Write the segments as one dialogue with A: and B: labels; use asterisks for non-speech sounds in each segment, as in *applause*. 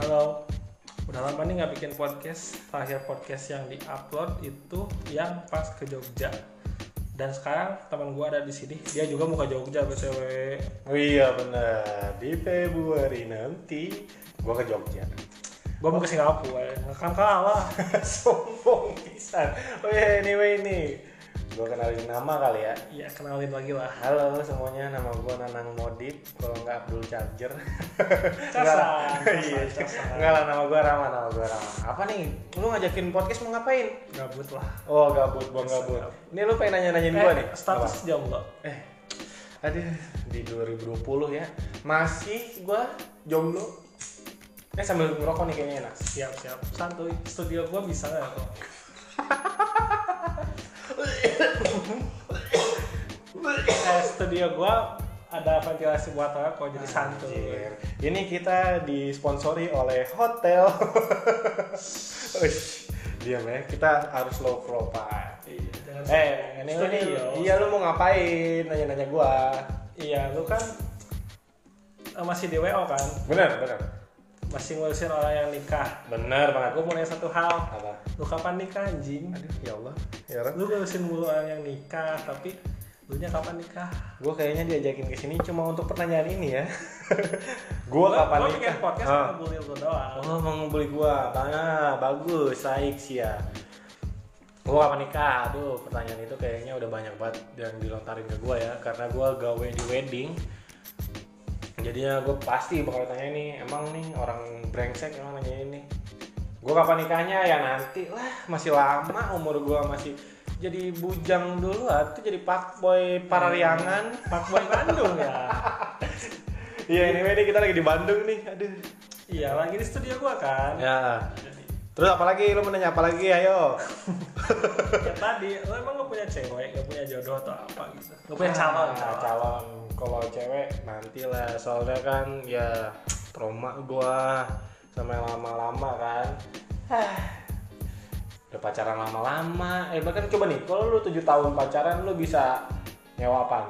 A: kalau udah lama nih nggak bikin podcast terakhir podcast yang diupload itu yang pas ke Jogja dan sekarang teman gue ada di sini dia juga mau ke Jogja btw
B: Oh iya benar di Februari nanti gua ke Jogja. *laughs*
A: gue mau ke Singapura nggak akan kalah *laughs*
B: Sombong pisan. Oh iya anyway nih gua kenalin nama kali ya.
A: ya kenalin lagi lah
B: Halo semuanya, nama gua Nanang Modip, kalau nggak Abdul Charger. *laughs* Nggak
A: Casan,
B: lah.
A: casan,
B: Iya,
A: casan.
B: Nggak lah, nama gua Rama, nama gua Rama. Apa nih? Lu ngajakin podcast mau ngapain?
A: gabut lah
B: Oh gabut, gua gabut. Ini lu pengen nanya-nanyain gua nih.
A: eh, status jomblo
B: Apa? Eh, aduh di 2020 ya masih gua jomblo. Eh sambil ngerokok nih kayaknya enak.
A: siap siap santuy studio gue bisa nggak
B: *laughs*
A: kok Eh, studio gue ada ventilasi buat orang kok jadi santuy
B: Anjir. Ini kita disponsori oleh hotel. *laughs* Uish, Diam ya, kita harus low profile.
A: Iya, jangan
B: Eh, ini
A: studio.
B: ini iya lu mau ngapain? Nanya-nanya gua.
A: Iya, lu kan eh, masih di WO kan,
B: Bener, bener.
A: masih ngurusin orang yang nikah.
B: Bener banget.
A: Gue mau nanya satu hal,
B: Apa?
A: lu kapan nikah anjing?
B: Aduh, ya Allah. Ya Rab.
A: Lu ngurusin mulu orang yang nikah, tapi lu nya kapan nikah?
B: Gue kayaknya diajakin ke sini cuma untuk pertanyaan ini ya. gua kapan
A: Gue
B: nikah?
A: bikin podcast
B: Ah.
A: sama bully lu doang.
B: Oh, mau beli gua. Bang, ah, bagus, baik sih ya. Gua kapan nikah? Aduh, pertanyaan itu kayaknya udah banyak banget yang dilontarin ke gua ya karena gua gawe di wedding. Jadinya gue pasti bakal tanya ini, emang nih orang brengsek emang nanya ini. Gue kapan nikahnya ya nanti lah, masih lama umur gua masih jadi bujang dulu atau jadi fuckboy parariangan.
A: Pak Boy Bandung ya.
B: Iya, ini ini kita lagi di Bandung nih. Aduh.
A: Iya, lagi di studio gue kan.
B: Ya.
A: Jadi,
B: Terus apalagi lu mau nanya apa lagi? Ayo.
A: kayak Ya, tadi, lu emang gak punya cewek, gak punya jodoh atau apa gitu? Gak punya calon,
B: Ah,
A: calon.
B: calon. Kalau cewek nanti lah, soalnya kan ya trauma gua sama yang lama-lama kan. *sighs* Hah. Udah pacaran lama-lama. Eh bahkan coba nih, kalau lu 7 tahun pacaran lu bisa nyewa apaan?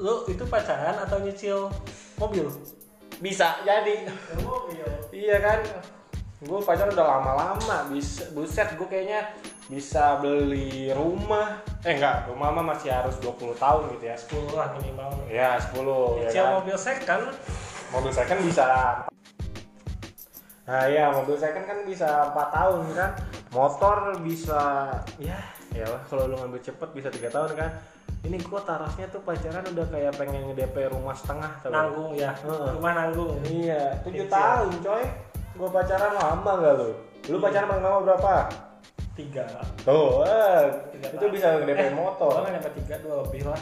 A: Lu itu pacaran atau nyicil mobil?
B: Bisa jadi. *laughs*
A: mobil.
B: Iya kan? Gue pacaran udah lama-lama, bisa buset gue kayaknya bisa beli rumah. Eh enggak, rumah mah masih harus 20 tahun gitu ya.
A: 10 lah minimal.
B: Ya, 10 ya
A: Cewek
B: kan?
A: mobil second
B: Mobil second bisa Nah iya, mobil second kan bisa 4 tahun kan. Motor bisa ya, ya kalau lu ngambil cepet bisa tiga tahun kan. Ini gua tarafnya tuh pacaran udah kayak pengen nge-DP rumah setengah tau gak?
A: nanggung ya
B: Heeh.
A: rumah nanggung
B: Iya, 7
A: Kecil.
B: tahun coy. Gua pacaran lama gak lu? Lu
A: Iya.
B: pacaran sama lama berapa?
A: tiga
B: Tuh, eh,
A: Tiga
B: itu
A: tahun.
B: bisa DP
A: Eh, gua
B: motor.
A: nggak nyampe tiga dua lebih lah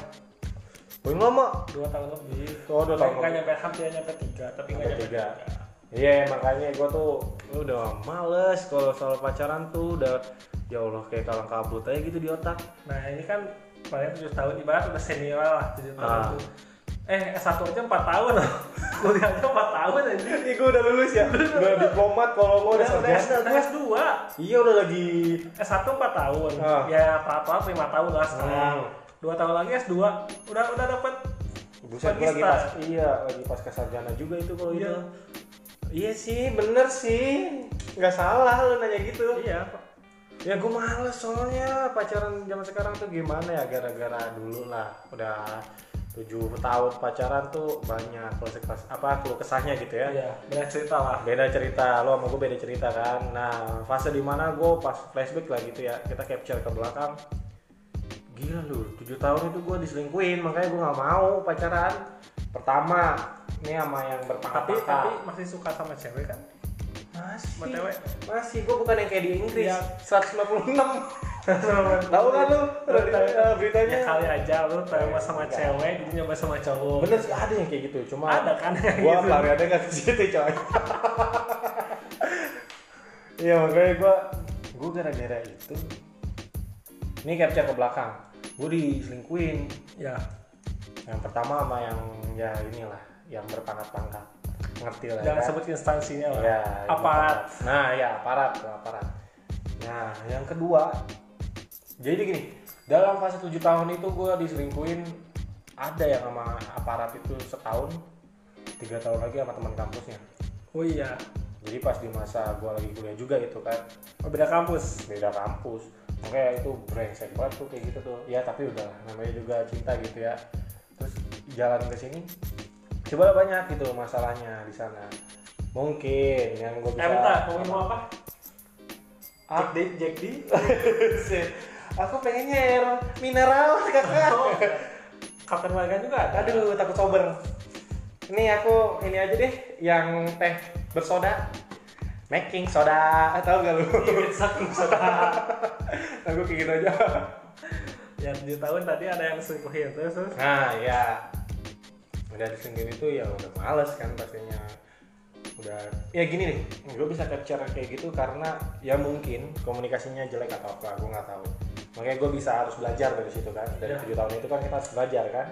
B: Paling lama.
A: dua tahun lebih
B: Oh, dua tahun
A: nggak
B: lebih.
A: nyampe hampir nyampe tiga tapi nggak
B: Sampai
A: nyampe tiga
B: tiga. Iya, makanya gua tuh udah males kalau soal pacaran tuh udah ya Allah kayak kalang kabut aja gitu di otak.
A: nah ini kan kemarin tujuh tahun ibarat udah senior lah tujuh tahun
B: Ah.
A: tuh eh S1 aja empat
B: *laughs*
A: tahun loh kuliahnya empat tahun aja
B: Ih, gua udah lulus ya. Udah diplomat kalau gua udah
A: udah S- udah S2
B: Iya, udah lagi
A: S1 empat tahun
B: Ah.
A: ya apa-apa lima tahun lah sekarang
B: Hmm.
A: dua tahun lagi S2 udah udah dapat
B: Buset gue lagi
A: Magista.
B: pas iya lagi pas sarjana juga itu kalau
A: Iya.
B: gitu. Iya sih, bener sih. Nggak salah lu nanya gitu.
A: iya
B: Ya gue males soalnya pacaran zaman sekarang tuh gimana ya gara-gara dulu lah udah tujuh tahun pacaran tuh banyak kelas apa keluh kesahnya gitu ya
A: iya banyak cerita lah
B: beda cerita lo sama gue beda cerita kan nah fase dimana gue pas flashback lah gitu ya kita capture ke belakang gila lu 7 tahun itu gue diselingkuin makanya gue nggak mau pacaran pertama ini sama yang
A: tapi
B: berpangkat
A: tapi masih suka sama cewek kan
B: masih
A: sama cewek
B: masih gue bukan yang kayak di Inggris
A: Iya.
B: 196
A: *laughs*
B: tahu kan lu
A: Tahu, tahu.
B: eh, beritanya
A: ya kali aja lu nyoba sama
B: Enggak.
A: cewek jadi nyoba sama cowok
B: bener sih ada yang kayak gitu cuma
A: ada kan
B: gua pelariannya nggak ke situ coy *laughs* iya makanya gua gua gara-gara itu ini capture ke belakang gua diselingkuin
A: ya
B: yang pertama sama yang ya inilah yang berpangkat-pangkat ngerti lah
A: jangan
B: ya kan?
A: sebut instansinya lah
B: ya
A: aparat
B: yang berpangkat. nah ya aparat tuh, aparat nah yang kedua jadi gini dalam fase tujuh tahun itu gua diselingkuin ada yang sama aparat itu setahun tiga tahun lagi sama teman kampusnya
A: oh iya
B: jadi pas di masa gue lagi kuliah juga itu kan
A: Oh, beda kampus.
B: beda kampus makanya itu brengsek banget tuh kayak gitu tuh ya tapi udah namanya juga cinta gitu ya terus jalan ke sini coba banyak gitu masalahnya di sana mungkin yang gue bisa
A: Eh bentar, ngomongin mau apa?
B: Ah.
A: Jack D, Jack D.
B: *laughs* aku pengennya air mineral kakak
A: Oh, Kapten Morgan juga ada.
B: aduh takut sober ini aku ini aja deh yang teh bersoda making soda ah, tahu gak lu
A: Iya.
B: aku kayak gitu aja
A: *laughs* Ya 7 tahun tadi ada yang selingkuhin terus terus.
B: nah ya udah disengkin itu ya udah males kan pastinya udah ya gini deh gue bisa capture kayak gitu karena ya mungkin komunikasinya jelek atau apa gue nggak tahu makanya gue bisa harus belajar dari situ kan dari
A: Ya.
B: tujuh tahun itu kan kita harus belajar kan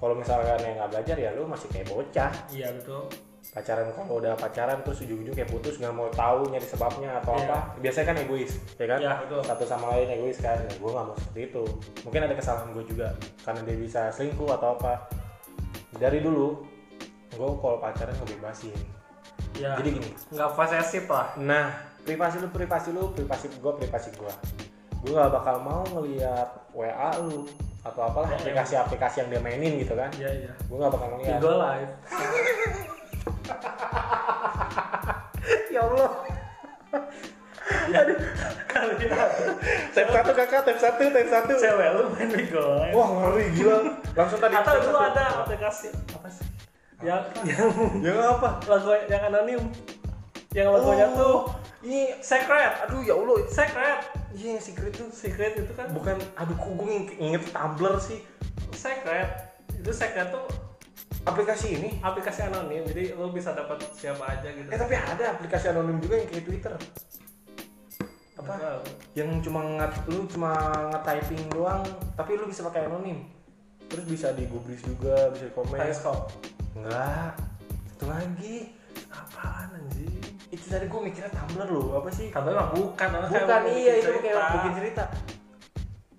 B: kalau misalkan yang nggak belajar ya lu masih kayak bocah
A: Iya betul.
B: pacaran kalau udah pacaran terus ujung-ujung kayak putus nggak mau tahu nyari sebabnya atau
A: Iya.
B: apa biasanya kan egois ya kan
A: Iya, betul.
B: satu sama lain egois kan ya, gue nggak mau seperti itu mungkin ada kesalahan gue juga karena dia bisa selingkuh atau apa dari dulu gue kalau pacaran ngebebasin
A: Ya.
B: jadi gini
A: nggak posesif lah.
B: nah privasi lu privasi lu privasi gue privasi gue gue gak bakal mau ngeliat wa lu atau
A: Iya,
B: apalah
A: iya.
B: aplikasi-aplikasi yang dia mainin gitu kan
A: Iya iya.
B: gue gak bakal ngeliat
A: Tigo live.
B: *laughs* ya allah
A: Kalian
B: Tap satu kakak, tap satu, tap satu.
A: cewek lu main Tigo live.
B: Wah ngeri gila. Langsung tadi.
A: Atau
B: tap
A: lu
B: satu.
A: ada aplikasi apa sih? Yang yang
B: Ya nggak apa?
A: lagu yang anonim. Yang lagunya
B: Oh,
A: tuh
B: Ini.
A: secret.
B: Aduh ya Allah.
A: Secret.
B: Iya yang secret tuh.
A: Secret itu kan
B: Bukan. Aduh kok gue inget, inget Tumblr sih.
A: secret. Itu secret tuh
B: Aplikasi ini.
A: aplikasi anonim. Jadi lu bisa dapat siapa aja gitu.
B: Eh tapi ada aplikasi anonim juga yang kayak Twitter. Apa?
A: Nggak tahu.
B: Yang cuma ngat, lu cuma nge-typing doang, tapi lu bisa pakai anonim. Terus bisa digubris juga, bisa di komen.
A: Teleskop.
B: Enggak. Satu lagi.
A: Apaan anjing?
B: Itu tadi gue mikirnya Tumblr loh, apa sih?
A: Tapi mah bukan, orang kayak
B: Bukan
A: bikin
B: iya itu
A: cerita.
B: kayak bikin cerita.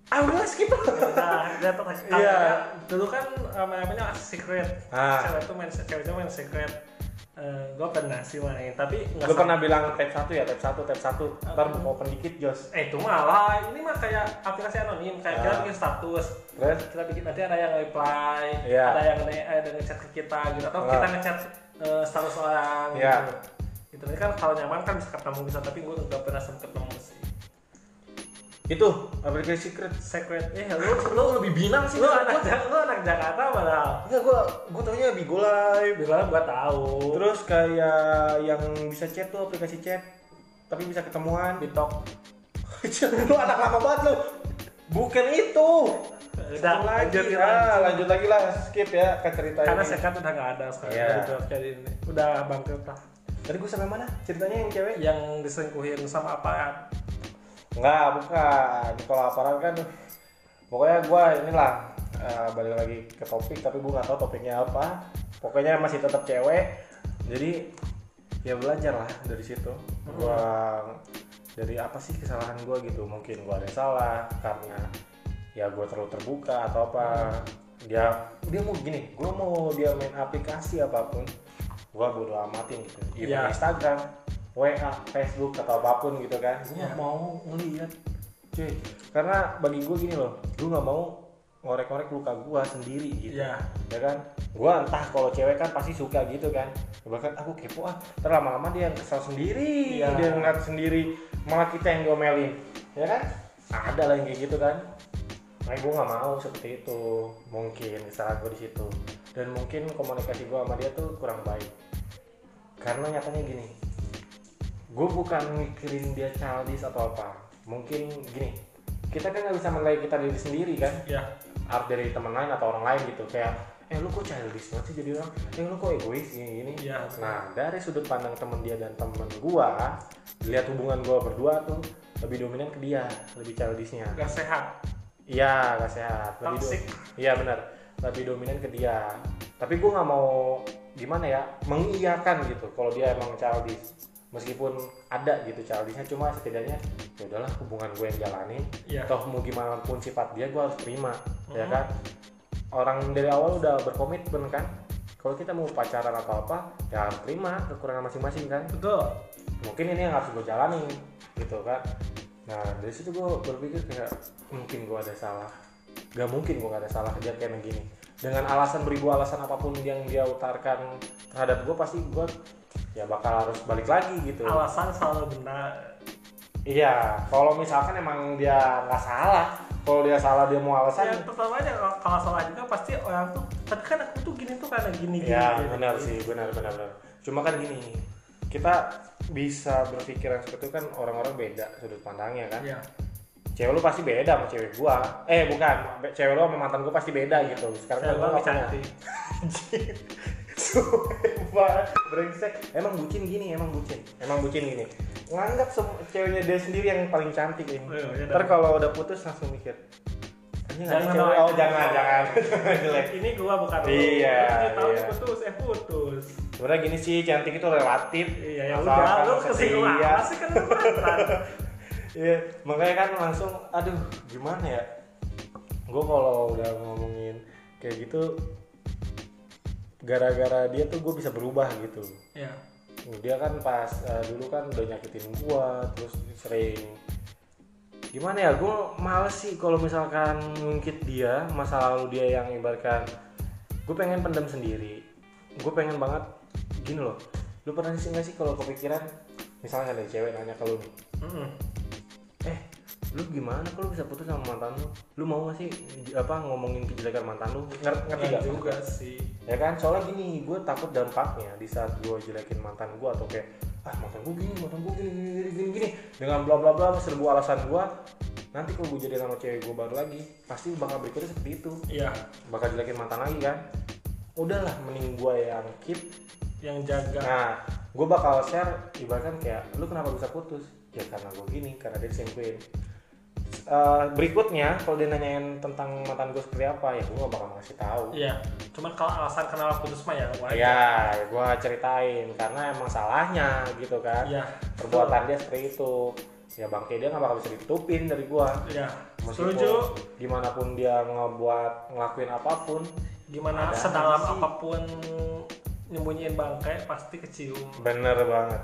B: Ah udah skip.
A: Nah, dia tuh kasih-
B: Iya.
A: katanya, Dulu kan um, namanya secret.
B: Ah.
A: Cewek tuh main ceweknya main secret. gue pernah sih main, tapi nggak
B: Lu
A: sama-
B: pernah bilang tab satu ya, tab satu, tab satu. Ntar buka open dikit Jos.
A: Eh itu malah ini mah kayak aplikasi anonim, kayak kita
B: Ah.
A: bikin status,
B: Terus
A: kita bikin nanti ada yang reply,
B: Iya.
A: ada yang ne- eh, ada yang ngechat ke kita gitu, atau
B: Ah.
A: kita ngechat eh, status orang.
B: Iya.
A: Gitu. Itu kan kalau nyaman kan bisa ketemu bisa, tapi gue nggak pernah sempet ketemu sih.
B: itu aplikasi secret.
A: Secret, eh lu
B: Lu lebih binang sih
A: lu anak Jak- lu anak Jakarta padahal
B: Enggak gua gua taunya Bigo Live.
A: bilang gua tahu
B: Terus kayak yang bisa chat tuh aplikasi chat tapi bisa ketemuan.
A: TikTok
B: *laughs* lu anak lama banget lu. Bukan itu.
A: udah
B: Satu lagi.
A: lanjut
B: Ah, lanjut lagi lah skip ya ke cerita
A: karena
B: ini.
A: sekat udah nggak ada sekarang
B: Iya.
A: dari Grab-nya di ini udah bangkrut lah
B: Tadi gua sampai mana? Ceritanya yang cewek?
A: yang diselingkuhin sama apa ya?
B: Enggak, bukan. Kalau aparat kan pokoknya gua inilah eh, balik lagi ke topik tapi gua nggak tahu topiknya apa. Pokoknya masih tetap cewek. Jadi ya belajar lah dari situ.
A: Hmm.
B: Gua dari apa sih kesalahan gua gitu? Mungkin gua ada yang salah karena ya gua terlalu terbuka atau apa.
A: Hmm.
B: Dia dia mau gini, gua mau dia main aplikasi apapun, gua bodo amatin gitu. Even
A: Iya.
B: Instagram, WA, Facebook atau apapun gitu kan. Gue
A: Iya.
B: nggak mau ngeliat, cuy. Karena bagi gue gini loh, gue nggak mau ngorek-ngorek luka gue sendiri gitu.
A: Iya.
B: Ya kan? Gue entah kalau cewek kan pasti suka gitu kan. Bahkan aku kepo ah, ntar lama-lama dia yang kesal sendiri,
A: Iya.
B: dia ngeliat sendiri, malah kita yang diomelin, ya kan? Ada lah yang kayak gitu kan. Makanya gue nggak mau seperti itu. Mungkin kesalahan gue di situ. Dan mungkin komunikasi gue sama dia tuh kurang baik. Karena nyatanya gini, gue bukan mikirin dia childish atau apa. Mungkin gini, kita kan nggak bisa menilai kita diri sendiri kan.
A: ya
B: Art dari teman lain atau orang lain gitu kayak eh lu kok childish banget sih jadi orang eh lu kok egois gini gini
A: Iya.
B: nah dari sudut pandang temen dia dan temen gua lihat hubungan gua berdua tuh lebih dominan ke dia lebih childishnya
A: nggak sehat
B: Iya, gak sehat. Lebih do-
A: Toxic.
B: Iya benar. Lebih dominan ke dia. Tapi gue nggak mau gimana ya mengiyakan gitu kalau dia emang childish. Meskipun ada gitu childishnya, cuma setidaknya ya udahlah hubungan gue yang jalanin.
A: Iya.
B: Toh mau gimana pun sifat dia gue harus terima, ya
A: Mhm.
B: kan. Orang dari awal udah berkomitmen kan ke kalau kita mau pacaran apa apa ya harus terima kekurangan masing-masing kan
A: betul
B: mungkin ini yang harus gue jalani gitu kan nah dari situ gue berpikir kayak mungkin gue ada salah gak mungkin gue gak ada salah dia kayak begini dengan alasan beribu alasan apapun yang dia utarkan terhadap gue pasti gue ya bakal harus balik lagi gitu
A: alasan selalu benar
B: iya kalau misalkan emang dia nggak salah kalau dia salah dia mau alasan
A: yang pertama aja kalau- kalau salah juga pasti orang tuh tapi kan aku tuh gini tuh karena gini gini
B: ya
A: gini,
B: benar
A: gini."
B: sih benar benar benar cuma kan gini kita bisa berpikiran seperti itu kan orang-orang beda sudut pandangnya kan
A: Iya.
B: cewek lu pasti beda sama cewek gua eh bukan be- cewek lu sama mantan gua pasti beda gitu sekarang
A: Saya
B: kan
A: gua
B: gua
A: lebih
B: nggak punya.
A: cantik.
B: *laughs* Sumpah, brengsek emang bucin gini emang bucin emang bucin gini nganggap sem- ceweknya dia sendiri yang paling cantik ini
A: Oh, iya, iya,
B: ntar kalau udah putus langsung mikir "Anjing, ada
A: Jangan,
B: cewek- oh
A: dong.
B: jangan jangan *laughs* jelek
A: Ini gua bukan lu.
B: Iya,
A: Ini tahu
B: iya.
A: putus, eh putus.
B: sebenarnya gini sih cantik itu relatif
A: Iya, ya udah,
B: Asalkan
A: lu kesinggung
B: setia.
A: apa sih kan lu
B: *laughs*
A: mantan.
B: Iya, makanya kan langsung, aduh, gimana ya? Gue kalau udah ngomongin kayak gitu, gara-gara dia tuh gue bisa berubah gitu.
A: Iya.
B: Dia kan pas eh, dulu kan udah nyakitin gue, terus sering gimana ya? Gue males sih kalau misalkan ngungkit dia masa lalu dia yang ibaratkan gue pengen pendam sendiri. Gue pengen banget gini loh. Lu pernah sih nggak sih kalau kepikiran misalnya ada cewek nanya ke lu nih,
A: Mm-mm.
B: eh lu gimana kalau bisa putus sama mantan lu lu mau gak sih j- apa ngomongin kejelekan mantan lu ngerti ngerti
A: Nggak
B: gak?
A: Nah, Iya juga sih.
B: ya kan soalnya gini gue takut dampaknya di saat gue jelekin mantan gue atau kayak ah mantan gue gini mantan gue gini gini gini gini, gini." dengan bla bla bla serbu alasan gue nanti kalau gue jadi sama cewek gue baru lagi pasti bakal berikutnya seperti itu
A: Iya,
B: bakal jelekin mantan lagi kan udahlah mending gue yang keep
A: yang jaga.
B: Nah, gue bakal share ibaratkan kayak lu kenapa bisa putus? Ya karena gue gini, karena dia diselingkuhin. Eh, berikutnya kalau dia nanyain tentang mantan gue seperti apa, ya gue gak bakal ngasih tahu.
A: Iya. Cuman kalau alasan kenapa putus mah ya wajar.
B: Ya, gue ceritain karena emang salahnya gitu kan.
A: Iya.
B: Perbuatan dia seperti itu. Ya bangke dia gak bakal bisa ditutupin dari gue.
A: Iya.
B: Meskipun
A: Setuju.
B: gimana pun dia ngebuat ngelakuin apapun,
A: Gimana
B: Ada
A: sedalam
B: sih.
A: apapun nyembunyiin bangkai pasti kecium.
B: Bener banget.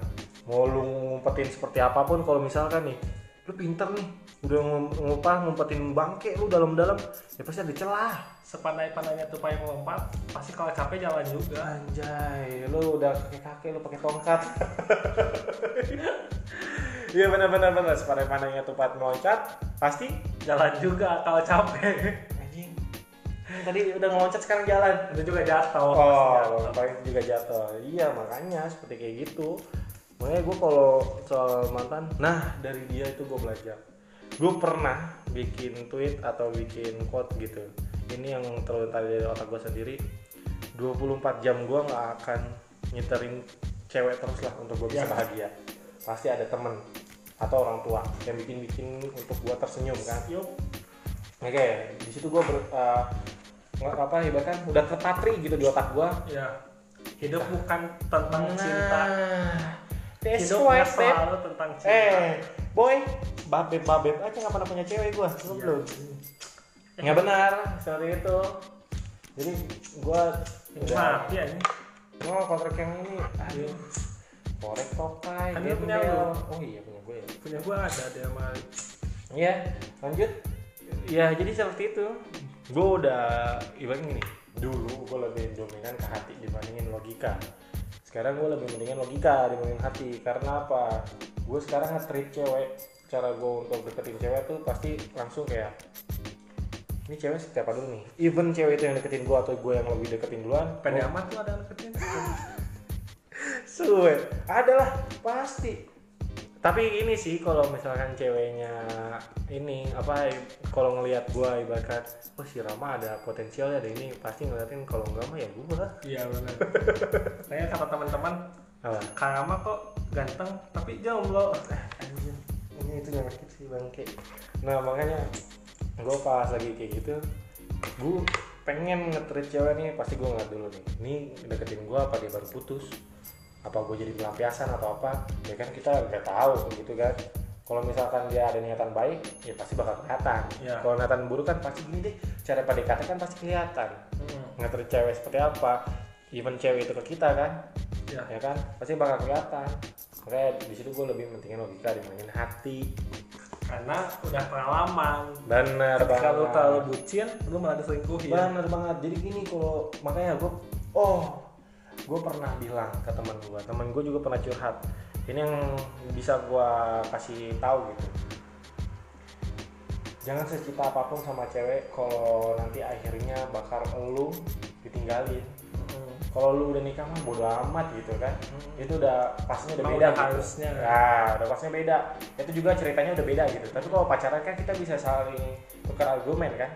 B: Mau lu ngumpetin seperti apapun kalau misalkan nih, lu pinter nih, udah ngum- ngupah ngumpetin bangke lu dalam-dalam, ya pasti ada celah.
A: Sepandai-pandainya tupai melompat, pasti kalau capek jalan juga.
B: Anjay, lu udah kakek kakek lu pakai tongkat. *laughs* Iya benar-benar benar. Sepanai pandainya tupat meloncat, pasti
A: Jalan juga kalau capek. *laughs*
B: anjing. Hmm, Tadi udah ngeloncat sekarang jalan.
A: Itu juga jatuh.
B: Oh, paling juga jatuh. Iya, makanya seperti kayak gitu. Makanya gue kalau soal mantan, nah dari dia itu gue belajar. Gue pernah bikin tweet atau bikin quote gitu. Ini yang terletak dari otak gue sendiri. 24 jam gue nggak akan nyiterin cewek terus lah untuk gue bisa
A: Iya.
B: bahagia. Pasti ada temen atau orang tua yang bikin-bikin untuk gue tersenyum kan.
A: Yup.
B: Oke, di situ gue ber, eh, nggak apa ibaratkan udah terpatri gitu di otak gue
A: Ya. Hidup bukan tentang cinta.
B: Nah, That's
A: Hidup
B: why,
A: nggak
B: Beb.
A: selalu tentang cinta.
B: Eh, boy, babep babep aja nggak pernah punya cewek gua
A: Iya. *laughs*
B: sebelum. Nggak benar, sorry itu. Jadi gua udah
A: Mati aja.
B: oh, kontrak yang ini. Aduh. Korek tokai.
A: Kan lu punya lu.
B: gembel. Oh iya punya gue ya.
A: Punya gua ada dia mah.
B: Iya, lanjut. Ya, jadi seperti itu. Gue udah ibaratnya gini. Dulu gue lebih dominan ke hati dibandingin logika. Sekarang gue lebih mendingan logika dibandingin hati. Karena apa? Gue sekarang nge-treat cewek. Cara gue untuk deketin cewek tuh pasti langsung kayak ini cewek siapa dulu nih? Even cewek itu yang deketin gue atau gue yang lebih deketin duluan,
A: Pede amat tuh ada yang deketin.
B: Suwe, adalah pasti. Tapi ini sih kalau misalkan ceweknya ini apa kalau ngelihat gua ibarat oh si Rama ada potensialnya ada ini pasti ngeliatin kalau enggak mah ya gua.
A: *laughs* Iya benar. Kayaknya kata teman-teman,
B: Apa?
A: Karama kok ganteng tapi jomblo.
B: Anjir, ini itu yang sakit sih bangke. Nah, makanya gua pas lagi kayak gitu gua pengen ngetrit cewek nih pasti gua ngeliat dulu nih ini deketin gua apa dia baru putus apa gue jadi pelampiasan atau apa ya kan kita nggak tahu gitu kan kalau misalkan dia ada niatan baik ya pasti bakal kelihatan
A: Iya.
B: kalau niatan buruk kan pasti gini deh cara PDKT kan pasti kelihatan
A: Hmm.
B: ngeter cewek seperti apa even cewek itu ke kita kan
A: ya
B: ya kan pasti bakal kelihatan makanya di situ gue lebih mentingin logika dibandingin hati
A: karena udah pengalaman
B: benar banget
A: kalau terlalu bucin lu malah diselingkuhin
B: benar banget jadi gini kalau makanya gue oh gue pernah bilang ke teman gue teman gue juga pernah curhat ini yang bisa gue kasih tahu gitu jangan secita apapun sama cewek kalau nanti akhirnya bakar elu ditinggalin
A: Mm-mm.
B: kalau lu udah nikah mah bodo amat gitu kan
A: Hmm.
B: itu udah pasnya udah
A: Emang
B: beda
A: udah
B: gitu.
A: harusnya.
B: nah udah pasnya beda itu juga ceritanya udah beda gitu tapi kalau pacaran kan kita bisa saling tukar argumen kan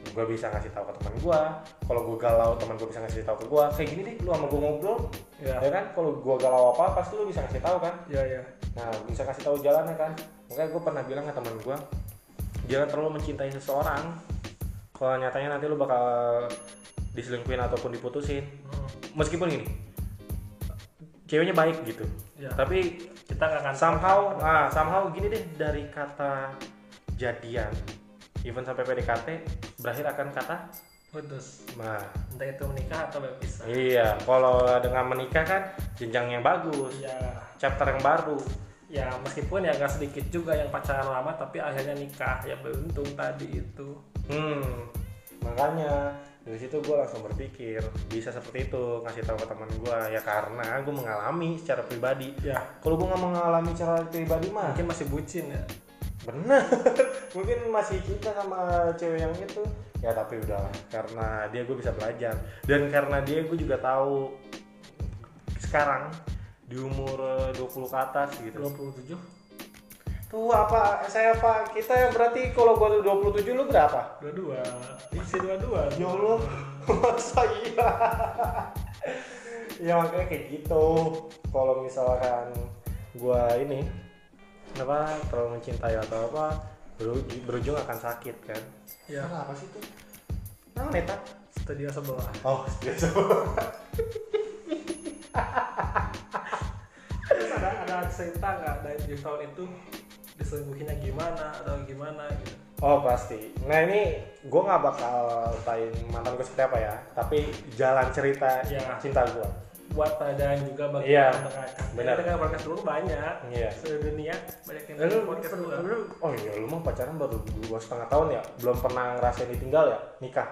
B: gue bisa ngasih tahu ke teman gue kalau gue galau teman gue bisa ngasih tahu ke gue kayak gini deh lu sama gue ngobrol
A: ya
B: ya kan kalau gue galau apa pasti lu bisa ngasih tahu kan
A: ya ya
B: Nah, bisa kasih tahu jalannya kan. Makanya gue pernah bilang ke teman gue, jangan terlalu mencintai seseorang. Kalau nyatanya nanti lu bakal diselingkuhin ataupun diputusin.
A: Mm.
B: Meskipun gini, ceweknya baik gitu.
A: Ya.
B: Tapi
A: kita nggak akan
B: somehow, ah, somehow gini deh dari kata jadian, even sampai PDKT berakhir akan kata,
A: putus
B: nah
A: entah itu menikah atau berpisah
B: iya. Kalau dengan menikah kan jenjang yang bagus,
A: ya
B: chapter yang baru.
A: ya meskipun ya gak sedikit juga yang pacaran lama tapi akhirnya nikah ya beruntung tadi itu
B: Hmm, makanya dari situ gue langsung berpikir bisa seperti itu ngasih tahu ke teman gue ya karena gue mengalami secara pribadi.
A: ya
B: Kalau gue nggak mengalami secara pribadi mah
A: mungkin masih bucin ya
B: bener *laughs* mungkin masih cinta sama cewek yang itu ya tapi udahlah karena dia gue bisa belajar dan karena dia gue juga tahu sekarang di umur eh, 20 ke atas gitu
A: 27
B: tuh apa saya apa kita yang berarti kalau gue 27 lu berapa
A: 22 masih 22
B: Ya Allah, masa iya? ya makanya kayak gitu. Kalau misalkan gua ini apa terlalu mencintai atau apa beruj- berujung akan sakit kan?
A: ya
B: Salah apa sih itu? Nah, neta.
A: studio sebelah *laughs*
B: Oh, biasa.
A: terus ada ada cerita nggak dari tahun itu diselingkuhinnya gimana atau gimana gitu
B: Oh pasti. Nah ini gue nggak bakal tain mantan gue seperti apa ya, tapi jalan cerita
A: Iya.
B: cinta gue.
A: buat keadaan juga bagi
B: Iya,
A: orang terkacau.
B: benar.
A: Kita kan podcast dulu banyak
B: Iya.
A: seluruh dunia banyak yang
B: Lu,
A: bikin podcast dulu
B: lu- oh iya lu mah pacaran baru dua setengah tahun ya belum pernah ngerasain ditinggal ya nikah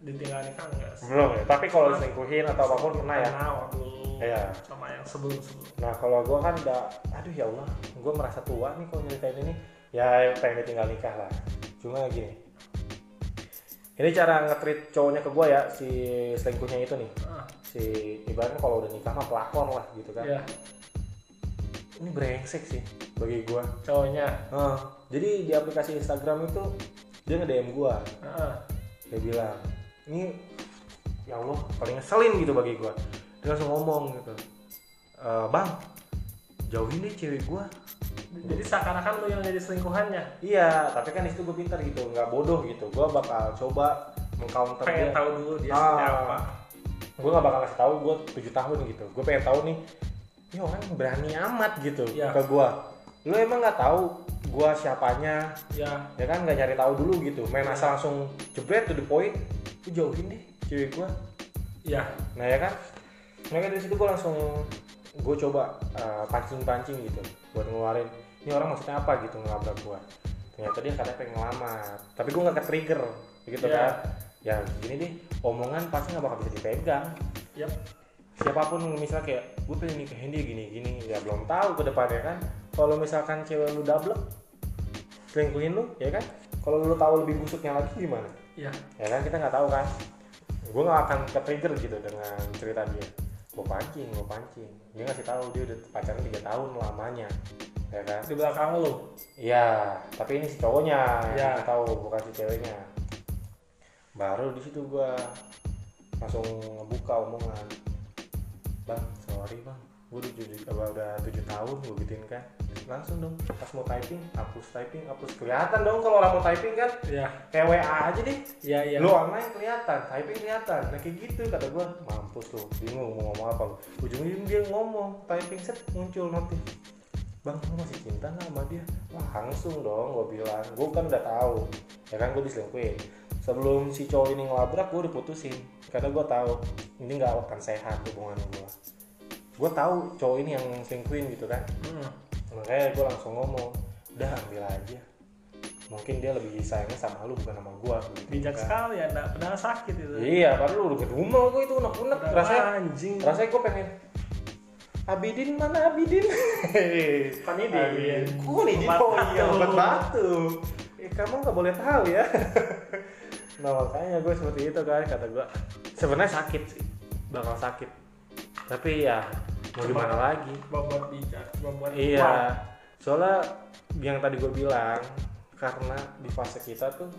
A: ditinggal nikah enggak sih?
B: belum ya tapi kalau diselingkuhin atau apapun pernah ya
A: Karena waktu dulu
B: Iya.
A: sama yang sebelum sebelum
B: nah kalau gua kan udah aduh ya Allah gua merasa tua nih kalau nyeritain ini ya pengen ditinggal nikah lah cuma gini ini cara ngetrit cowoknya ke gua ya si selingkuhnya itu nih
A: ah,
B: si ibaratnya kalau udah nikah mah pelakon lah gitu kan
A: ya
B: ini brengsek sih bagi gua
A: cowoknya
B: Nah, jadi di aplikasi Instagram itu dia nge DM gua
A: ah,
B: dia bilang ini ya Allah paling ngeselin gitu bagi gua dia langsung ngomong gitu "E, bang jauhin deh cewek gua
A: jadi seakan-akan lu yang jadi selingkuhannya
B: iya tapi kan disitu gue pintar gitu nggak bodoh gitu gua bakal coba mengcounter
A: pengen
B: dia
A: tahu dulu dia
B: Ah.
A: seperti apa
B: gue nggak bakal kasih tahu gue tujuh tahun gitu gue pengen tahu nih ini orang berani amat gitu
A: Iya.
B: ke gua lu emang nggak tahu gua siapanya
A: ya
B: ya kan nggak nyari tahu dulu gitu main
A: Iya.
B: asal langsung jebret to the point lu jauhin deh cewek gua
A: ya
B: Nah ya kan, mereka dari situ gue langsung gue coba eh, pancing-pancing gitu buat ngeluarin ini orang maksudnya apa gitu ngelabrak gue. Ternyata dia katanya pengen ngelamar, tapi gue nggak ke trigger gitu
A: Iya.
B: kan. Ya gini deh, omongan pasti nggak bakal bisa dipegang.
A: yep
B: Siapapun misalnya kayak gue pengen nikahin dia gini-gini, ya belum tahu ke depannya kan. Kalau misalkan cewek lu double, selingkuhin lu, ya kan? Kalau lu tahu lebih busuknya lagi gimana?
A: ya
B: ya kan kita nggak tahu kan gue nggak akan ke trigger gitu dengan cerita dia gue pancing gue pancing dia ngasih tahu dia udah pacaran tiga tahun lamanya ya kan
A: di belakang lu
B: iya tapi ini si
A: Iya.
B: cowoknya yang ngasih tahu bukan si ceweknya baru di situ gue langsung ngebuka omongan bang sorry bang gue udah tujuh, apa, udah tujuh tahun gue gituin kan langsung dong pas mau typing hapus typing hapus kelihatan dong kalau orang mau typing kan
A: ya
B: kayak WA aja deh
A: ya ya
B: Lu online kelihatan, typing kelihatan. Nah kayak gitu kata gua, mampus lu, bingung mau ngomong apa lu. Ujungnya dia ngomong, typing set muncul notif. Bang, lu masih cinta nggak sama dia? Wah, langsung dong gua bilang. Gua kan udah tahu. Ya kan gua diselingkuhin. sebelum si cowok ini ngelabrak gue udah putusin karena gue tahu ini nggak akan sehat hubungan gue gue tahu cowok ini yang selingkuhin gitu kan
A: Hmm.
B: makanya gue langsung ngomong udah ambil aja mungkin dia lebih sayangnya sama lu bukan sama Gitu kan. gue
A: bijak sekali ya nggak pernah sakit itu
B: iya padahal lu udah gedumel gue itu unek-unek
A: Udah
B: rasanya
A: anjing
B: rasanya gue pengen Abidin mana Abidin?
A: Kan ini dia.
B: Iya. Kok ini
A: Obat
B: oh iya
A: batu.
B: obat batu. Eh, kamu nggak boleh tahu ya. *laughs* nah makanya gue seperti itu kan kata gue. Sebenarnya sakit sih, bakal sakit. Tapi ya mau gimana lagi?
A: Coba buat bijak coba buat kuat.
B: Iya. Soalnya yang tadi gue bilang karena di fase kita tuh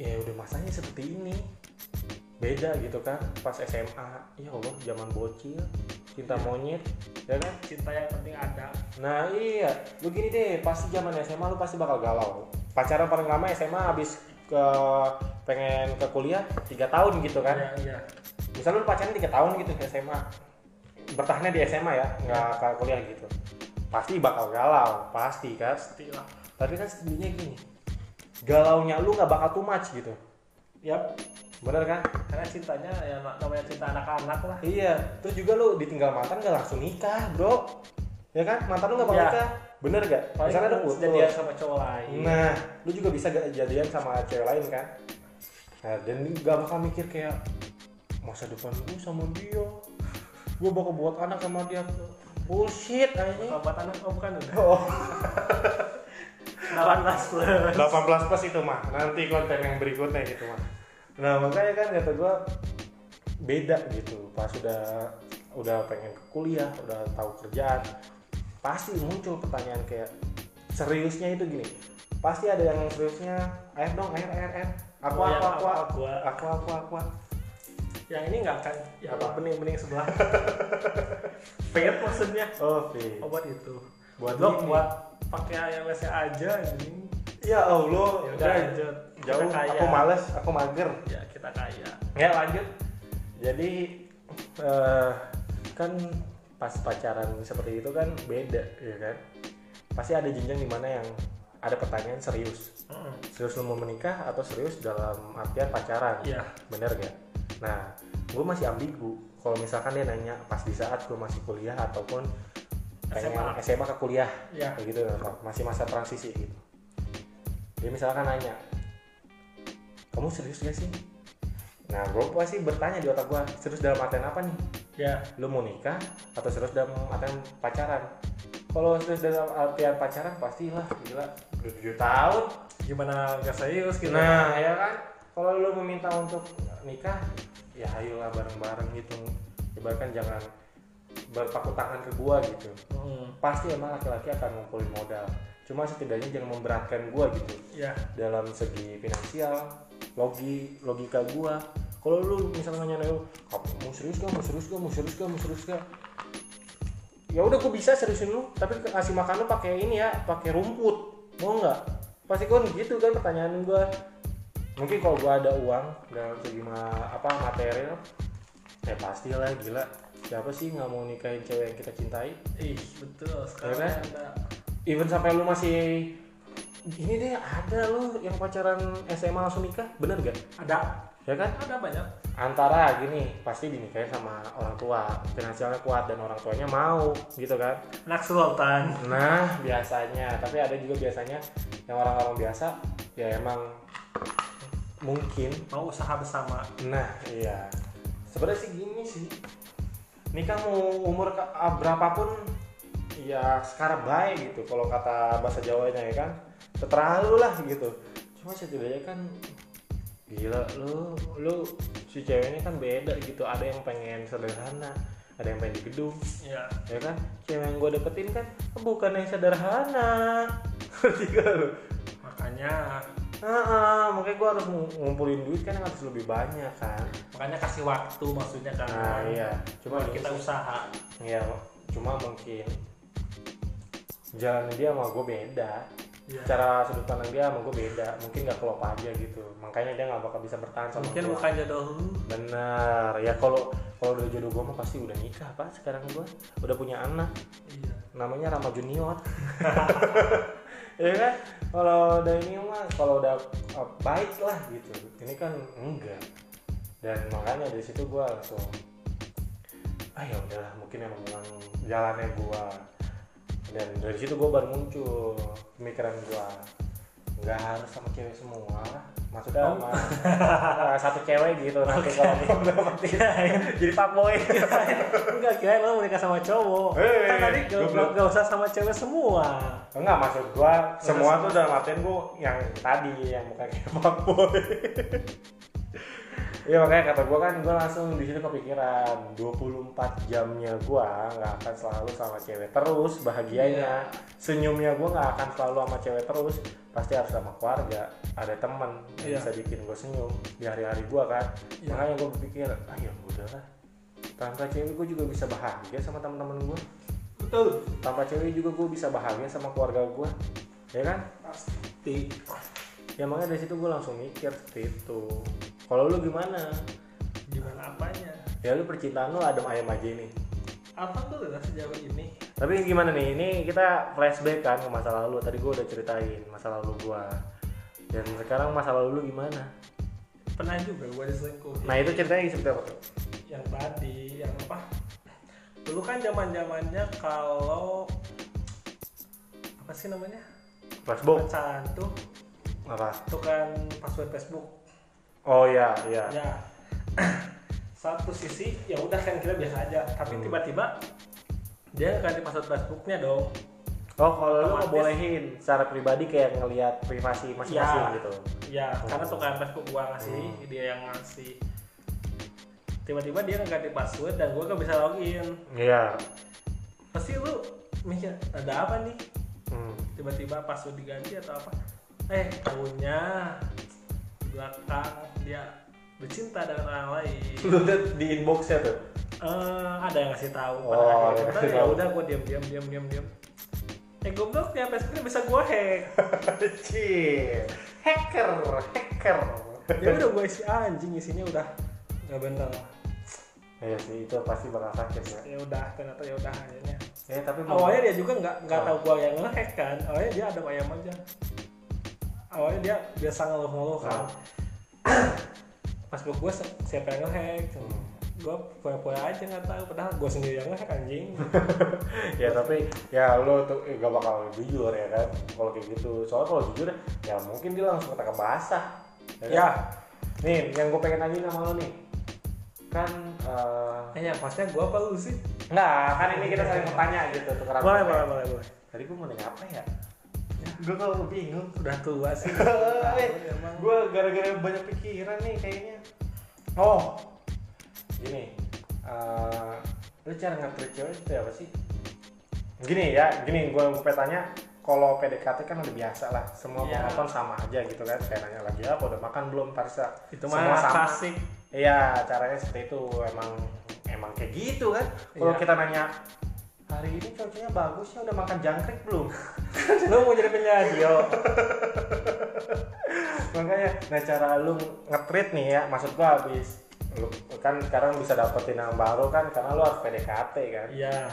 B: ya udah masanya seperti ini. Beda gitu kan pas SMA. Ya Allah, zaman bocil, cinta monyet, ya kan?
A: cinta yang penting ada
B: Nah, iya. Lu gini deh, pasti zaman SMA lu pasti bakal galau. Pacaran paling lama SMA habis ke pengen ke kuliah 3 tahun gitu kan.
A: iya iya
B: Misalnya lu pacaran 3 tahun gitu ke SMA. Bertahannya di SMA ya, nggak ke kuliah gitu. Pasti bakal galau, pasti kan.
A: pasti lah
B: Tapi kan sebenarnya gini. Galaunya lu nggak bakal too much gitu.
A: Yap,
B: Bener kan?
A: karena cintanya ya namanya cinta anak-anak lah
B: Iya, terus juga lu ditinggal mantan gak langsung nikah, bro. Ya kan? Mantan lu gak bakal
A: Iya.
B: nikah. Bener gak?
A: paling
B: Misalnya lu
A: kan
B: putus.
A: jadian sama cowok lain
B: Nah, lu juga bisa gak jadian sama cewek lain kan? Nah, dan lu gak bakal mikir kayak masa depan gue sama dia, gue bakal buat anak sama dia. Bullshit, anjing.
A: Kalau buat anak oh bukan udah
B: Oh,
A: 18 plus
B: 18 plus itu mah. Nanti konten yang berikutnya gitu mah. Nah, makanya kan kata gue beda gitu. Pas udah udah pengen ke kuliah, udah tahu kerjaan, pasti muncul pertanyaan kayak seriusnya itu gini. Pasti ada yang seriusnya, air dong, air, air, air. Aku,
A: Oh, yang
B: aku, aku, aku,
A: aqua.
B: aku, aku, aku,
A: yang ini nggak akan ya
B: Apa?
A: bening-bening *laughs* sebelah pet maksudnya
B: Oh, Fi.
A: obat itu
B: Buat
A: Blok
B: ini.
A: buat pakai iOS aja anjing
B: Ya Allah,
A: ya udah
B: udah
A: lanjut
B: jauh.
A: kita kaya
B: Aku males, aku mager.
A: ya kita kaya
B: Ya lanjut. Jadi eh, kan pas pacaran seperti itu kan beda ya kan. Pasti ada jenjang dimana yang ada pertanyaan serius.
A: Mm.
B: Serius lu mau menikah atau serius dalam artian pacaran?
A: Iya.
B: Bener gak? Nah, gue masih ambigu. Kalau misalkan dia nanya pas di saat gue masih kuliah ataupun pengen
A: SMA.
B: SMA, ke kuliah,
A: Iya.
B: kayak gitu apa, masih masa transisi gitu. Dia misalkan nanya, kamu serius gak sih? Nah, gue pasti bertanya di otak gue, serius dalam artian apa nih?
A: ya
B: Lu mau nikah atau serius dalam artian pacaran? Kalau serius dalam artian pacaran pastilah gila udah 7 tahun
A: gimana nggak serius gitu
B: Nah, ya kan. Kalau lu meminta untuk nikah, ya ayolah bareng-bareng gitu. Ibaratkan jangan berpaku tangan ke gua gitu.
A: Mm.
B: Pasti emang laki-laki akan ngumpulin modal. Cuma setidaknya jangan memberatkan gua gitu
A: ya
B: dalam segi finansial, logi, logika gua. Kalau lu misalnya nanya lu, "Kamu mau serius gak? Mau serius gak? Mau serius gak? Mau serius gak?" Ya udah gua bisa seriusin lu, tapi kasih makan lu pakai ini ya, pakai rumput. Mau nggak? Pasti kan gitu kan pertanyaan gua. Mungkin kalau gua ada uang dalam segi ma- apa material, ya pastilah gila. Siapa sih nggak mau nikahin cewek yang kita cintai?
A: ih betul
B: Ya
A: sekarang
B: kan?
A: ada
B: even sampai lu masih ini deh ada lo yang pacaran SMA langsung nikah bener gak
A: ada
B: ya kan
A: ada banyak
B: antara gini pasti dinikahin sama orang tua finansialnya kuat dan orang tuanya mau gitu kan
A: anak sultan
B: nah biasanya tapi ada juga biasanya yang orang-orang biasa ya emang mungkin
A: mau usaha bersama
B: Nah, iya. Sebenarnya sih gini sih. Nikah mau umur ke- ah, berapapun ya sekarang baik gitu kalau kata bahasa Jawanya ya kan. Terserah lu lah gitu. Cuma setidaknya kan gila lu lu si ceweknya kan beda gitu. Ada yang pengen sederhana, ada yang pengen di gedung,
A: ya
B: ya kan? Cewek yang gue deketin kan bukan yang sederhana. *laughs* Ngerti gak lu?
A: makanya
B: Heeh, makanya gue harus ngu- ngumpulin duit kan yang harus lebih banyak kan.
A: makanya kasih waktu maksudnya kan
B: Nah, iya. Cuma
A: Buat
B: gini
A: kita
B: sih.
A: usaha
B: Iya, cuma mungkin jalan dia sama gue beda.
A: Iya.
B: Cara sudut pandang dia sama gue beda. Mungkin gak klop aja gitu. Makanya dia gak bakal bisa bertahan sama
A: mungkin
B: gua.
A: bukan jodoh lu
B: Bener. Ya kalau kalau udah jodoh gue mah pasti udah nikah pak. Sekarang gue udah punya anak.
A: iya
B: *laughs* Namanya Rama Junior. ya kan kalau udah ini mah kalau udah uh, baik lah gitu ini kan enggak dan makanya dari situ gue langsung ah ya udahlah mungkin emang memang jalannya gue dan dari situ gue baru muncul pemikiran gue nggak harus sama cewek semua maksudnya
A: Oh.
B: sama sama satu cewek gitu nanti kalau udah mati *laughs* jadi fuckboy *laughs*
A: Enggak kira lo menikah sama cowok.
B: Hei,
A: kan tadi gak,
B: Eh, goblok.
A: gak- gak usah sama cewek semua.
B: enggak maksud gue semua tuh dalam artian gue yang tadi yang bukan kayak *laughs* fuckboy Iya makanya kata gue kan gue langsung di situ kepikiran 24 jamnya gue nggak akan selalu sama cewek terus bahagianya senyumnya gue nggak akan selalu sama cewek terus pasti harus sama keluarga ada teman yang
A: Iya.
B: bisa bikin gue senyum di hari-hari gue kan
A: Iya.
B: makanya gue berpikir ah ya udahlah tanpa cewek gue juga bisa bahagia sama teman-teman gue
A: Betul.
B: tanpa cewek juga gue bisa bahagia sama keluarga gue ya kan
A: Pasti.
B: ya makanya dari situ gue langsung mikir seperti itu kalau lu gimana
A: Gimana apanya?
B: ya lu percintaan lu adem ayam aja ini
A: Alhamdulillah sejauh ini
B: tapi gimana nih ini kita flashback kan ke masa lalu tadi gue udah ceritain masa lalu gue dan sekarang masa lalu lu gimana
A: pernah juga gue diselingkuhin.
B: nah itu ceritanya seperti apa tuh
A: yang tadi yang apa dulu kan zaman zamannya kalau apa sih namanya
B: flashback
A: pacaran tuh
B: apa
A: itu kan password Facebook
B: oh ya ya
A: ya *clears throat* satu sisi ya udah kan kita biasa aja tapi
B: Hmm.
A: tiba-tiba dia ganti password Facebooknya dong
B: oh kalau lu
A: Otomatis.
B: ngebolehin secara pribadi kayak ngelihat privasi masing-masing
A: Ya.
B: gitu
A: ya
B: Oh.
A: karena tuh kan Facebook gua ngasih
B: Hmm.
A: dia yang ngasih tiba-tiba dia ganti password dan gua gak bisa login
B: iya
A: pasti lu mikir ada apa nih
B: hmm.
A: tiba-tiba password diganti atau apa eh tahunya di belakang dia bercinta dengan orang lain
B: lu liat di inboxnya tuh
A: Eh, ada yang ngasih tahu
B: Oh,
A: pada
B: ada yang
A: akhirnya
B: ngasih
A: ya
B: tahu.
A: udah gue diam diam diam diam diam eh goblok ya Facebooknya bisa gue hack
B: Cie, hacker hacker
A: ya udah gue isi anjing isinya udah nggak bener
B: Iya sih itu pasti bakal sakit ya
A: ya udah ternyata ya udah akhirnya
B: Eh tapi
A: awalnya dia juga nggak nggak
B: Ah.
A: tahu gue yang ngehack kan awalnya dia ada ayam aja awalnya dia biasa ngeluh
B: Ah.
A: ngeluh kan *clears throat* Facebook gue siapa yang ngehack
B: Hmm.
A: gue pura-pura aja nggak tahu padahal gue sendiri yang ngehack
B: *laughs*
A: anjing
B: ya tapi ya lo tuh eh, gak bakal jujur ya kan kalau kayak gitu soalnya kalau jujur ya mungkin dia langsung ketangkap basah
A: ya
B: kan? nih yang gue pengen nanyain sama lo nih kan eh,
A: eh yang pasti gue apa lu sih
B: nggak kan ini kita saling bertanya gitu tukeran
A: boleh
B: pendapat.
A: boleh boleh boleh
B: tadi gue mau nanya apa ya gue kalau bingung
A: udah tua *laughs* sih emang
B: gue gara-gara banyak pikiran nih kayaknya oh gini eh lu cara ngatur cewek itu apa sih gini ya gini gue mau tanya kalau PDKT kan udah biasa lah semua
A: Iya.
B: penonton sama aja gitu kan saya nanya lagi apa udah makan belum Parsa
A: itu
B: Semua
A: mah
B: sama.
A: klasik
B: iya caranya seperti itu emang emang kayak gitu kan kalau
A: Iya.
B: kita nanya hari ini cuacanya bagus ya udah makan jangkrik belum
A: lu mau jadi penyanyi yo
B: makanya nah cara lu ngetrit nih ya maksud gua habis lu kan sekarang bisa dapetin yang baru kan karena lu harus PDKT kan
A: iya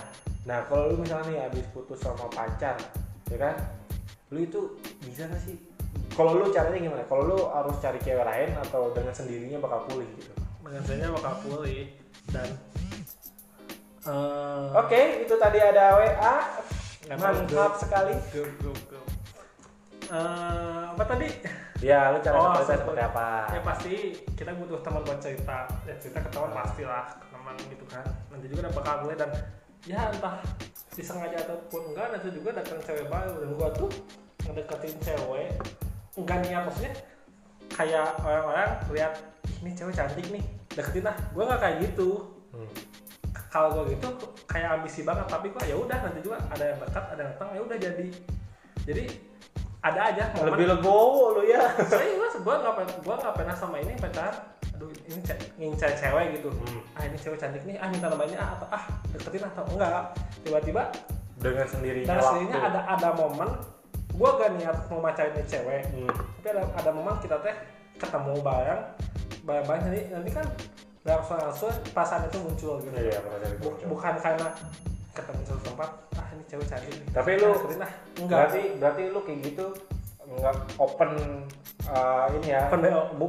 B: nah kalau lu misalnya nih habis putus sama pacar ya kan lu itu bisa gak sih kalau lu caranya gimana kalau lu harus cari cewek lain atau dengan sendirinya bakal pulih gitu
A: pengantinnya bakal pulih dan eh
B: oke itu tadi ada WA
A: Nggak tahu,
B: mantap sekali
A: go go go Eh, apa tadi
B: ya lu cara
A: Oh,
B: ngetritnya
A: saya-
B: seperti apa
A: ya pasti kita butuh teman buat cerita ya cerita ketahuan pastilah ke teman gitu kan nanti juga ada bakal gue dan ya entah disengaja ataupun enggak nanti juga datang cewek baru dan gua tuh ngedeketin cewek enggak niat maksudnya kayak orang-orang lihat "Ih, ini cewek cantik nih deketin lah gue nggak kayak gitu
B: Hmm.
A: kalau gue gitu kayak ambisi banget tapi kok ya udah nanti juga ada yang dekat ada yang datang ya udah jadi jadi ada aja momen
B: lebih legowo lu ya
A: soalnya gue gue nggak pernah gue nggak pernah sama ini pacaran aduh ini ce- ngincar cewek gitu
B: Hmm.
A: ah ini cewek cantik nih ah minta namanya ah atau ah deketin atau enggak tiba-tiba
B: dengan sendirinya
A: dan sendirinya
B: waktu.
A: ada ada momen gue gak niat mau macarin nih cewek
B: Hmm.
A: tapi ada ada momen kita teh ketemu bareng bareng-bareng nanti nanti kan langsung langsung perasaan itu muncul gitu
B: Iya, bakal cari
A: Bu-
B: cowok.
A: bukan karena ketemu satu tempat ah ini cewek cantik nih.
B: Tapi
A: Ah,
B: lu-
A: deketin ah enggak
B: berarti berarti lu kayak gitu nggak open eh, ini ya
A: Open BO.
B: bu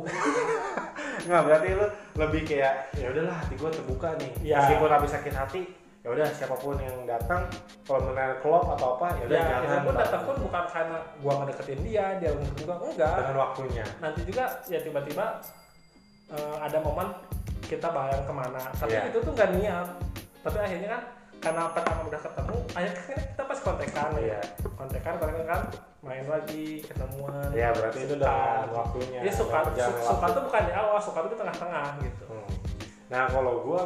B: nggak berarti lu lebih kayak ya udahlah hati gue terbuka nih
A: Iya.
B: meskipun habis sakit hati ya udah siapapun yang datang kalau mengenai klop atau apa ya udah
A: ya kita
B: jangan
A: pun
B: Bang.
A: datang pun bukan karena gua ngedeketin dia dia ngedeketin gua enggak
B: dengan waktunya
A: nanti juga ya tiba-tiba eh, ada momen kita bareng kemana tapi
B: Iya.
A: itu tuh nggak niat tapi akhirnya kan karena pertama udah ketemu akhirnya kita pas kontekan ya
B: Iya.
A: kontekan kontekan kan main lagi ketemuan
B: ya berarti itu
A: suka.
B: dengan waktunya
A: Iya, suka
B: dengan perjalanan
A: su-
B: waktu.
A: suka tuh bukan di awal suka tuh di tengah-tengah gitu
B: Hmm. nah kalau gue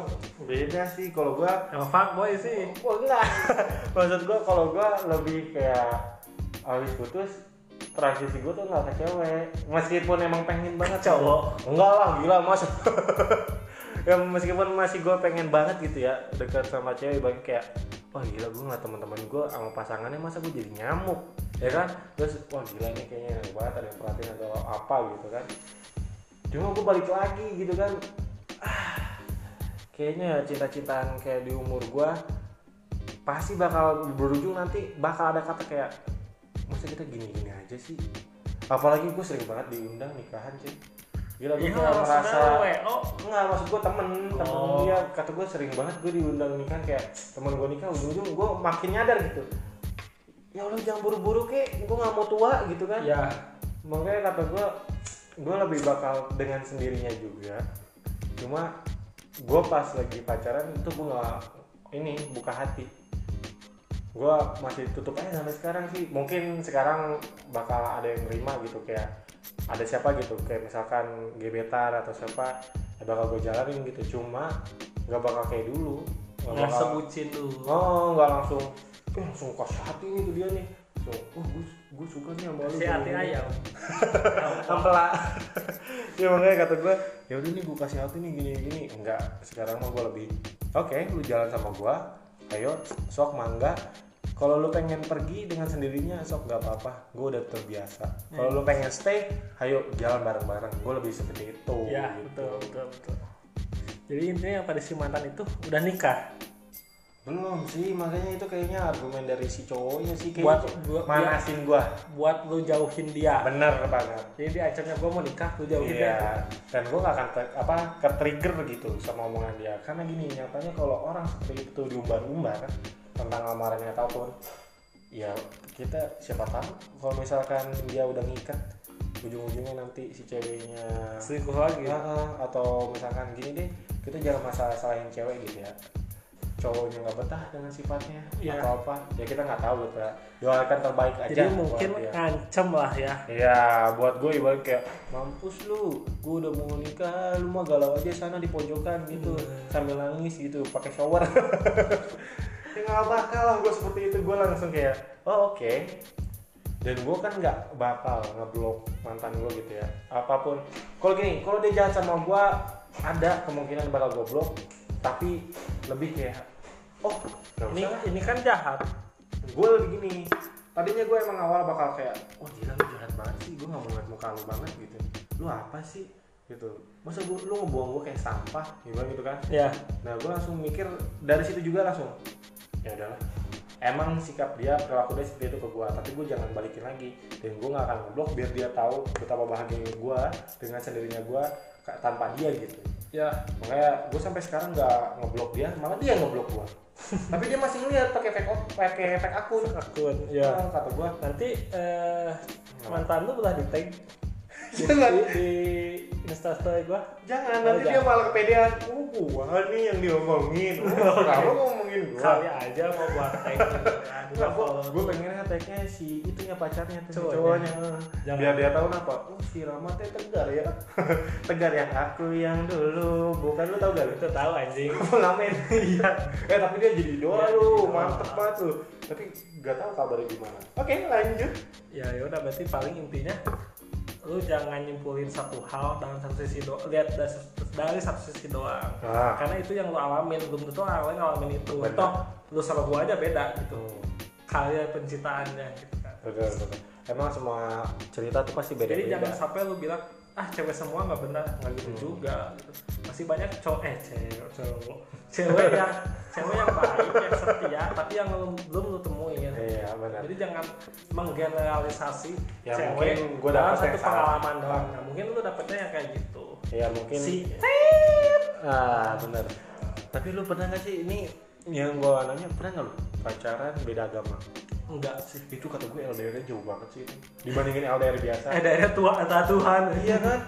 B: beda sih kalau gue
A: emang fuckboy sih
B: Wah enggak. *laughs* Maksud gua kalau gua lebih kayak habis putus transisi gua tuh nggak ke cewek. Meskipun emang pengen banget gitu.
A: Cowok.
B: Enggak lah, gila mas. *laughs* ya meskipun masih gua pengen banget gitu ya dekat sama cewek bagi kayak wah gila gua ngeliat teman-teman gua sama pasangannya masa gua jadi nyamuk ya kan terus wah gila ini kayaknya enak banget ada yang perhatiin atau apa gitu kan cuma gua balik lagi gitu kan kayaknya cinta-cintaan kayak di umur gua pasti bakal berujung nanti bakal ada kata kayak masa kita gini-gini aja sih apalagi gue sering banget diundang nikahan cuy gila gue
A: Iya,
B: nggak
A: maksudnya
B: merasa
A: WO.
B: nggak maksud gue temen temen
A: Oh.
B: dia kata gue sering banget gue diundang nikahan kayak temen gue nikah ujung-ujung gue makin nyadar gitu ya allah jangan buru-buru kek gue nggak mau tua gitu kan
A: ya
B: makanya kata gue gue lebih bakal dengan sendirinya juga cuma gue pas lagi pacaran itu gue nggak ini buka hati gue masih tutup aja sampai sekarang sih mungkin sekarang bakal ada yang nerima gitu kayak ada siapa gitu kayak misalkan gebetan atau siapa ya bakal gue jalanin gitu cuma nggak bakal kayak dulu Nggak
A: nggak
B: bakal-
A: sebutin dulu
B: oh nggak langsung eh, langsung kasih hati nih tuh dia nih so, oh gue gue suka nih sama lu
A: si hati
B: gini-gini." *laughs*
A: ayam
B: Ampela. ya makanya kata gue, ya udah nih gue kasih hati nih gini gini. Enggak, sekarang mah gue lebih oke, lu jalan sama gue. Ayo, sok mangga. Kalau lu pengen pergi dengan sendirinya, sok gak apa-apa. Gue udah terbiasa. Kalau lu pengen stay, ayo jalan bareng-bareng. Gue lebih seperti itu.
A: ya
B: gitu.
A: betul betul betul jadi intinya yang pada si mantan itu udah nikah
B: Belum sih, makanya itu kayaknya argumen dari si cowoknya sih.
A: Buat- iya.
B: Kayak gitu.
A: buat-
B: manasin gue.
A: buat lu jauhin dia
B: Bener banget.
A: jadi dia acaranya gue mau nikah lu jauhin dia
B: Iya. Dan gue gak akan ter- apa ke trigger gitu sama omongan dia. Karena gini nyatanya kalau orang seperti itu diumbar-umbar tentang lamarannya ataupun ya kita siapa tahu kalau misalkan dia udah ngikat ujung-ujungnya nanti si ceweknya
A: selingkuh lagi
B: Ah, ah, atau misalkan gini deh kita jangan masalah salahin cewek gitu ya cowoknya nggak betah dengan sifatnya
A: Iya.
B: atau apa ya kita nggak tahu gitu ya doakan terbaik aja
A: jadi
B: buat
A: mungkin
B: dia.
A: ngancem lah ya
B: Iya, buat gue ibarat kayak mampus lu, gue udah mau nikah, lu mah galau aja sana di pojokan gitu,
A: Hmm.
B: sambil nangis gitu, pakai shower. *laughs* ya nggak bakal lah gue seperti itu, gue langsung kayak, oh oke. Dan gue kan nggak bakal ngeblok mantan gue gitu ya, apapun. Kalau gini, kalau dia jahat sama gue, ada kemungkinan bakal gue blok, tapi lebih kayak, oh nggak
A: ini
B: usah lah
A: ini kan jahat
B: gue lebih gini tadinya gue emang awal bakal kayak oh gila lu jahat banget sih gue nggak mau ngeliat muka lu banget gitu lu apa sih gitu masa gue lu ngebuang gue kayak sampah gitu kan, gitu kan
A: ya
B: nah gue langsung mikir dari situ juga langsung ya udahlah emang sikap dia perilaku dia seperti itu ke gue tapi gue jangan balikin lagi dan gue nggak akan ngeblok biar dia tahu betapa bahagianya gue dengan sendirinya gue ka- tanpa dia gitu
A: ya
B: makanya gue sampai sekarang nggak ngeblok dia malah dia yang ngeblok gue tapi dia masih ngeliat pakai fake o- pakai fake akun
A: akun
B: ya
A: ya
B: kata gua
A: nanti eh, mantan lu udah di tag
B: *laughs*
A: di,
B: Jangan.
A: di, di instastory gue Oh,
B: jangan nanti dia
A: jangan.
B: malah kepedean oh gua nih yang diomongin *laughs* oh, kamu ngomongin gua
A: kali aja mau buat tag
B: Enggak, *laughs* gua, gua pengennya tag-nya si itunya pacarnya tuh, si
A: Cowoknya.
B: cowoknya.
A: Jangan.
B: Biar dia tahu apa. Oh, si Rama teh tegar ya. *laughs* tegar yang aku yang dulu. Bukan lu tau gak lu?
A: itu tahu anjing
B: Pengamen. *laughs* Iya. eh tapi dia jadi
A: Iya,
B: doa
A: jadi
B: lu.
A: doa.
B: Mantep banget lu. Tapi gak tahu kabarnya gimana. Oke, lanjut.
A: ya yaudah berarti paling intinya lu jangan nyimpulin satu hal dalam satu sisi do lihat dari, dari satu sisi doang
B: Nah,
A: karena itu yang lu alamin belum tentu orang lain ngalamin itu
B: Benar. Hmm.
A: toh lu sama gua aja beda gitu karya penciptaannya gitu kan
B: betul, betul. Emang semua cerita tuh pasti beda-beda.
A: jadi jangan sampai lu bilang ah cewek semua nggak benar nggak gitu
B: Hmm.
A: juga gitu. masih banyak cowok eh cewek cowok cewek yang cewek yang baik yang setia tapi yang lu- belum lu temuin
B: iya benar
A: jadi jangan menggeneralisasi
B: Ya,
A: cewek
B: mungkin gua
A: dalam
B: dapet
A: satu
B: yang salah.
A: pengalaman doang nah, mungkin lu dapetnya yang kayak gitu
B: ya mungkin
A: si
B: ah benar tapi lu pernah nggak sih ini yang gua nanya pernah nggak lu pacaran beda agama
A: enggak sih
B: itu kata gue LDR nya jauh banget sih itu dibandingin LDR biasa
A: eh daerah tua atau Tuhan
B: Nah. iya kan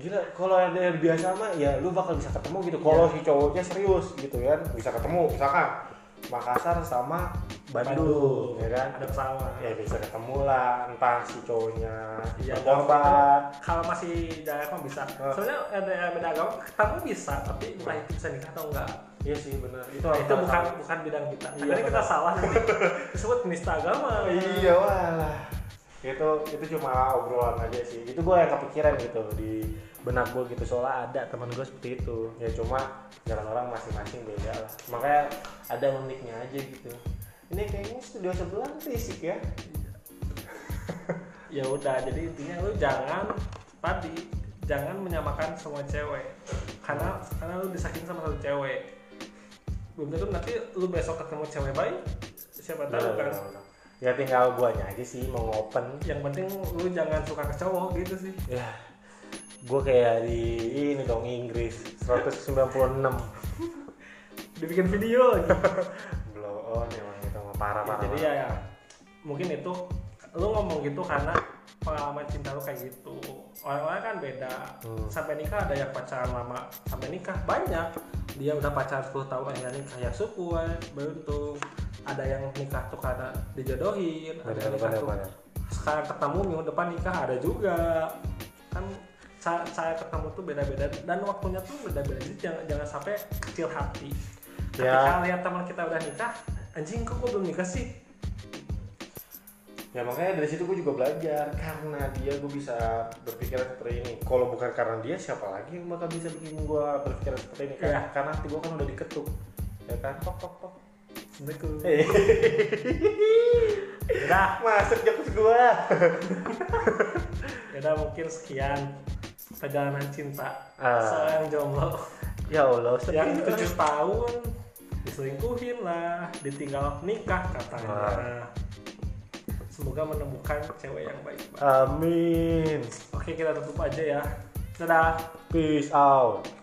B: gila kalau LDR biasa mah ya lu bakal bisa ketemu gitu kalau si cowoknya serius gitu kan bisa ketemu misalkan Makassar sama Bandung, ya kan
A: ada pesawat
B: ya bisa ketemu lah entah si cowoknya
A: Iya,
B: berkorban
A: kalau masih daerah mah bisa
B: Oh.
A: sebenarnya ada beda agama ketemu bisa tapi entah itu bisa nikah atau enggak
B: iya sih benar itu
A: Nah, itu
B: antara
A: bukan
B: sama.
A: bukan bidang kita
B: Iya,
A: akhirnya kita
B: benar.
A: salah nanti disebut penista agama
B: iya wah itu itu cuma obrolan aja sih itu gue yang kepikiran gitu di benak gue gitu soalnya ada teman gue seperti itu ya cuma jalan orang masing-masing beda lah makanya ada uniknya aja gitu ini kayaknya studio sebelah berisik ya
A: ya udah jadi intinya lu jangan tadi jangan menyamakan semua cewek karena karena lu disakitin sama satu cewek belum tentu nanti lu besok ketemu cewek baik siapa tahu kan
B: ya tinggal guanya aja sih mau open
A: yang penting lu jangan suka ke cowok gitu sih
B: ya gue kayak di ini dong Inggris 196
A: dibikin video gitu.
B: blow on emang itu mah parah
A: Ya,
B: parah
A: jadi ya,
B: banget.
A: ya, mungkin itu lu ngomong gitu karena pengalaman cinta lu kayak gitu orang-orang kan beda
B: Hmm.
A: sampai nikah ada yang pacaran lama sampai nikah banyak dia udah pacaran 10 tahun akhirnya nikah ya syukur beruntung ada yang nikah tuh karena dijodohin ada yang
B: Bener,
A: nikah
B: bener,
A: tuh
B: bener.
A: sekarang ketemu minggu depan nikah ada juga kan cara, cara ketemu tuh beda-beda dan waktunya tuh beda-beda jadi jangan jangan sampai kecil hati
B: Ya.
A: ketika lihat teman kita udah nikah anjing kok gue belum nikah sih
B: Ya makanya dari situ gue juga belajar karena dia gue bisa berpikiran seperti ini. Kalau bukan karena dia siapa lagi yang bakal bisa bikin gue berpikiran seperti ini? Karena,
A: Iya.
B: karena hati gue kan udah diketuk, ya kan? Tok tok tok.
A: Assalamualaikum.
B: Iya. Nah masuk jokes gue.
A: Ya udah mungkin sekian perjalanan cinta
B: Ah.
A: seorang
B: *laughs*
A: jomblo
B: Ya Allah, sedih
A: yang
B: banget.
A: tujuh tahun diselingkuhin lah, ditinggal nikah katanya.
B: Ah.
A: Semoga menemukan cewek yang baik.
B: Amin.
A: Oke kita tutup aja ya. Dadah.
B: Peace out.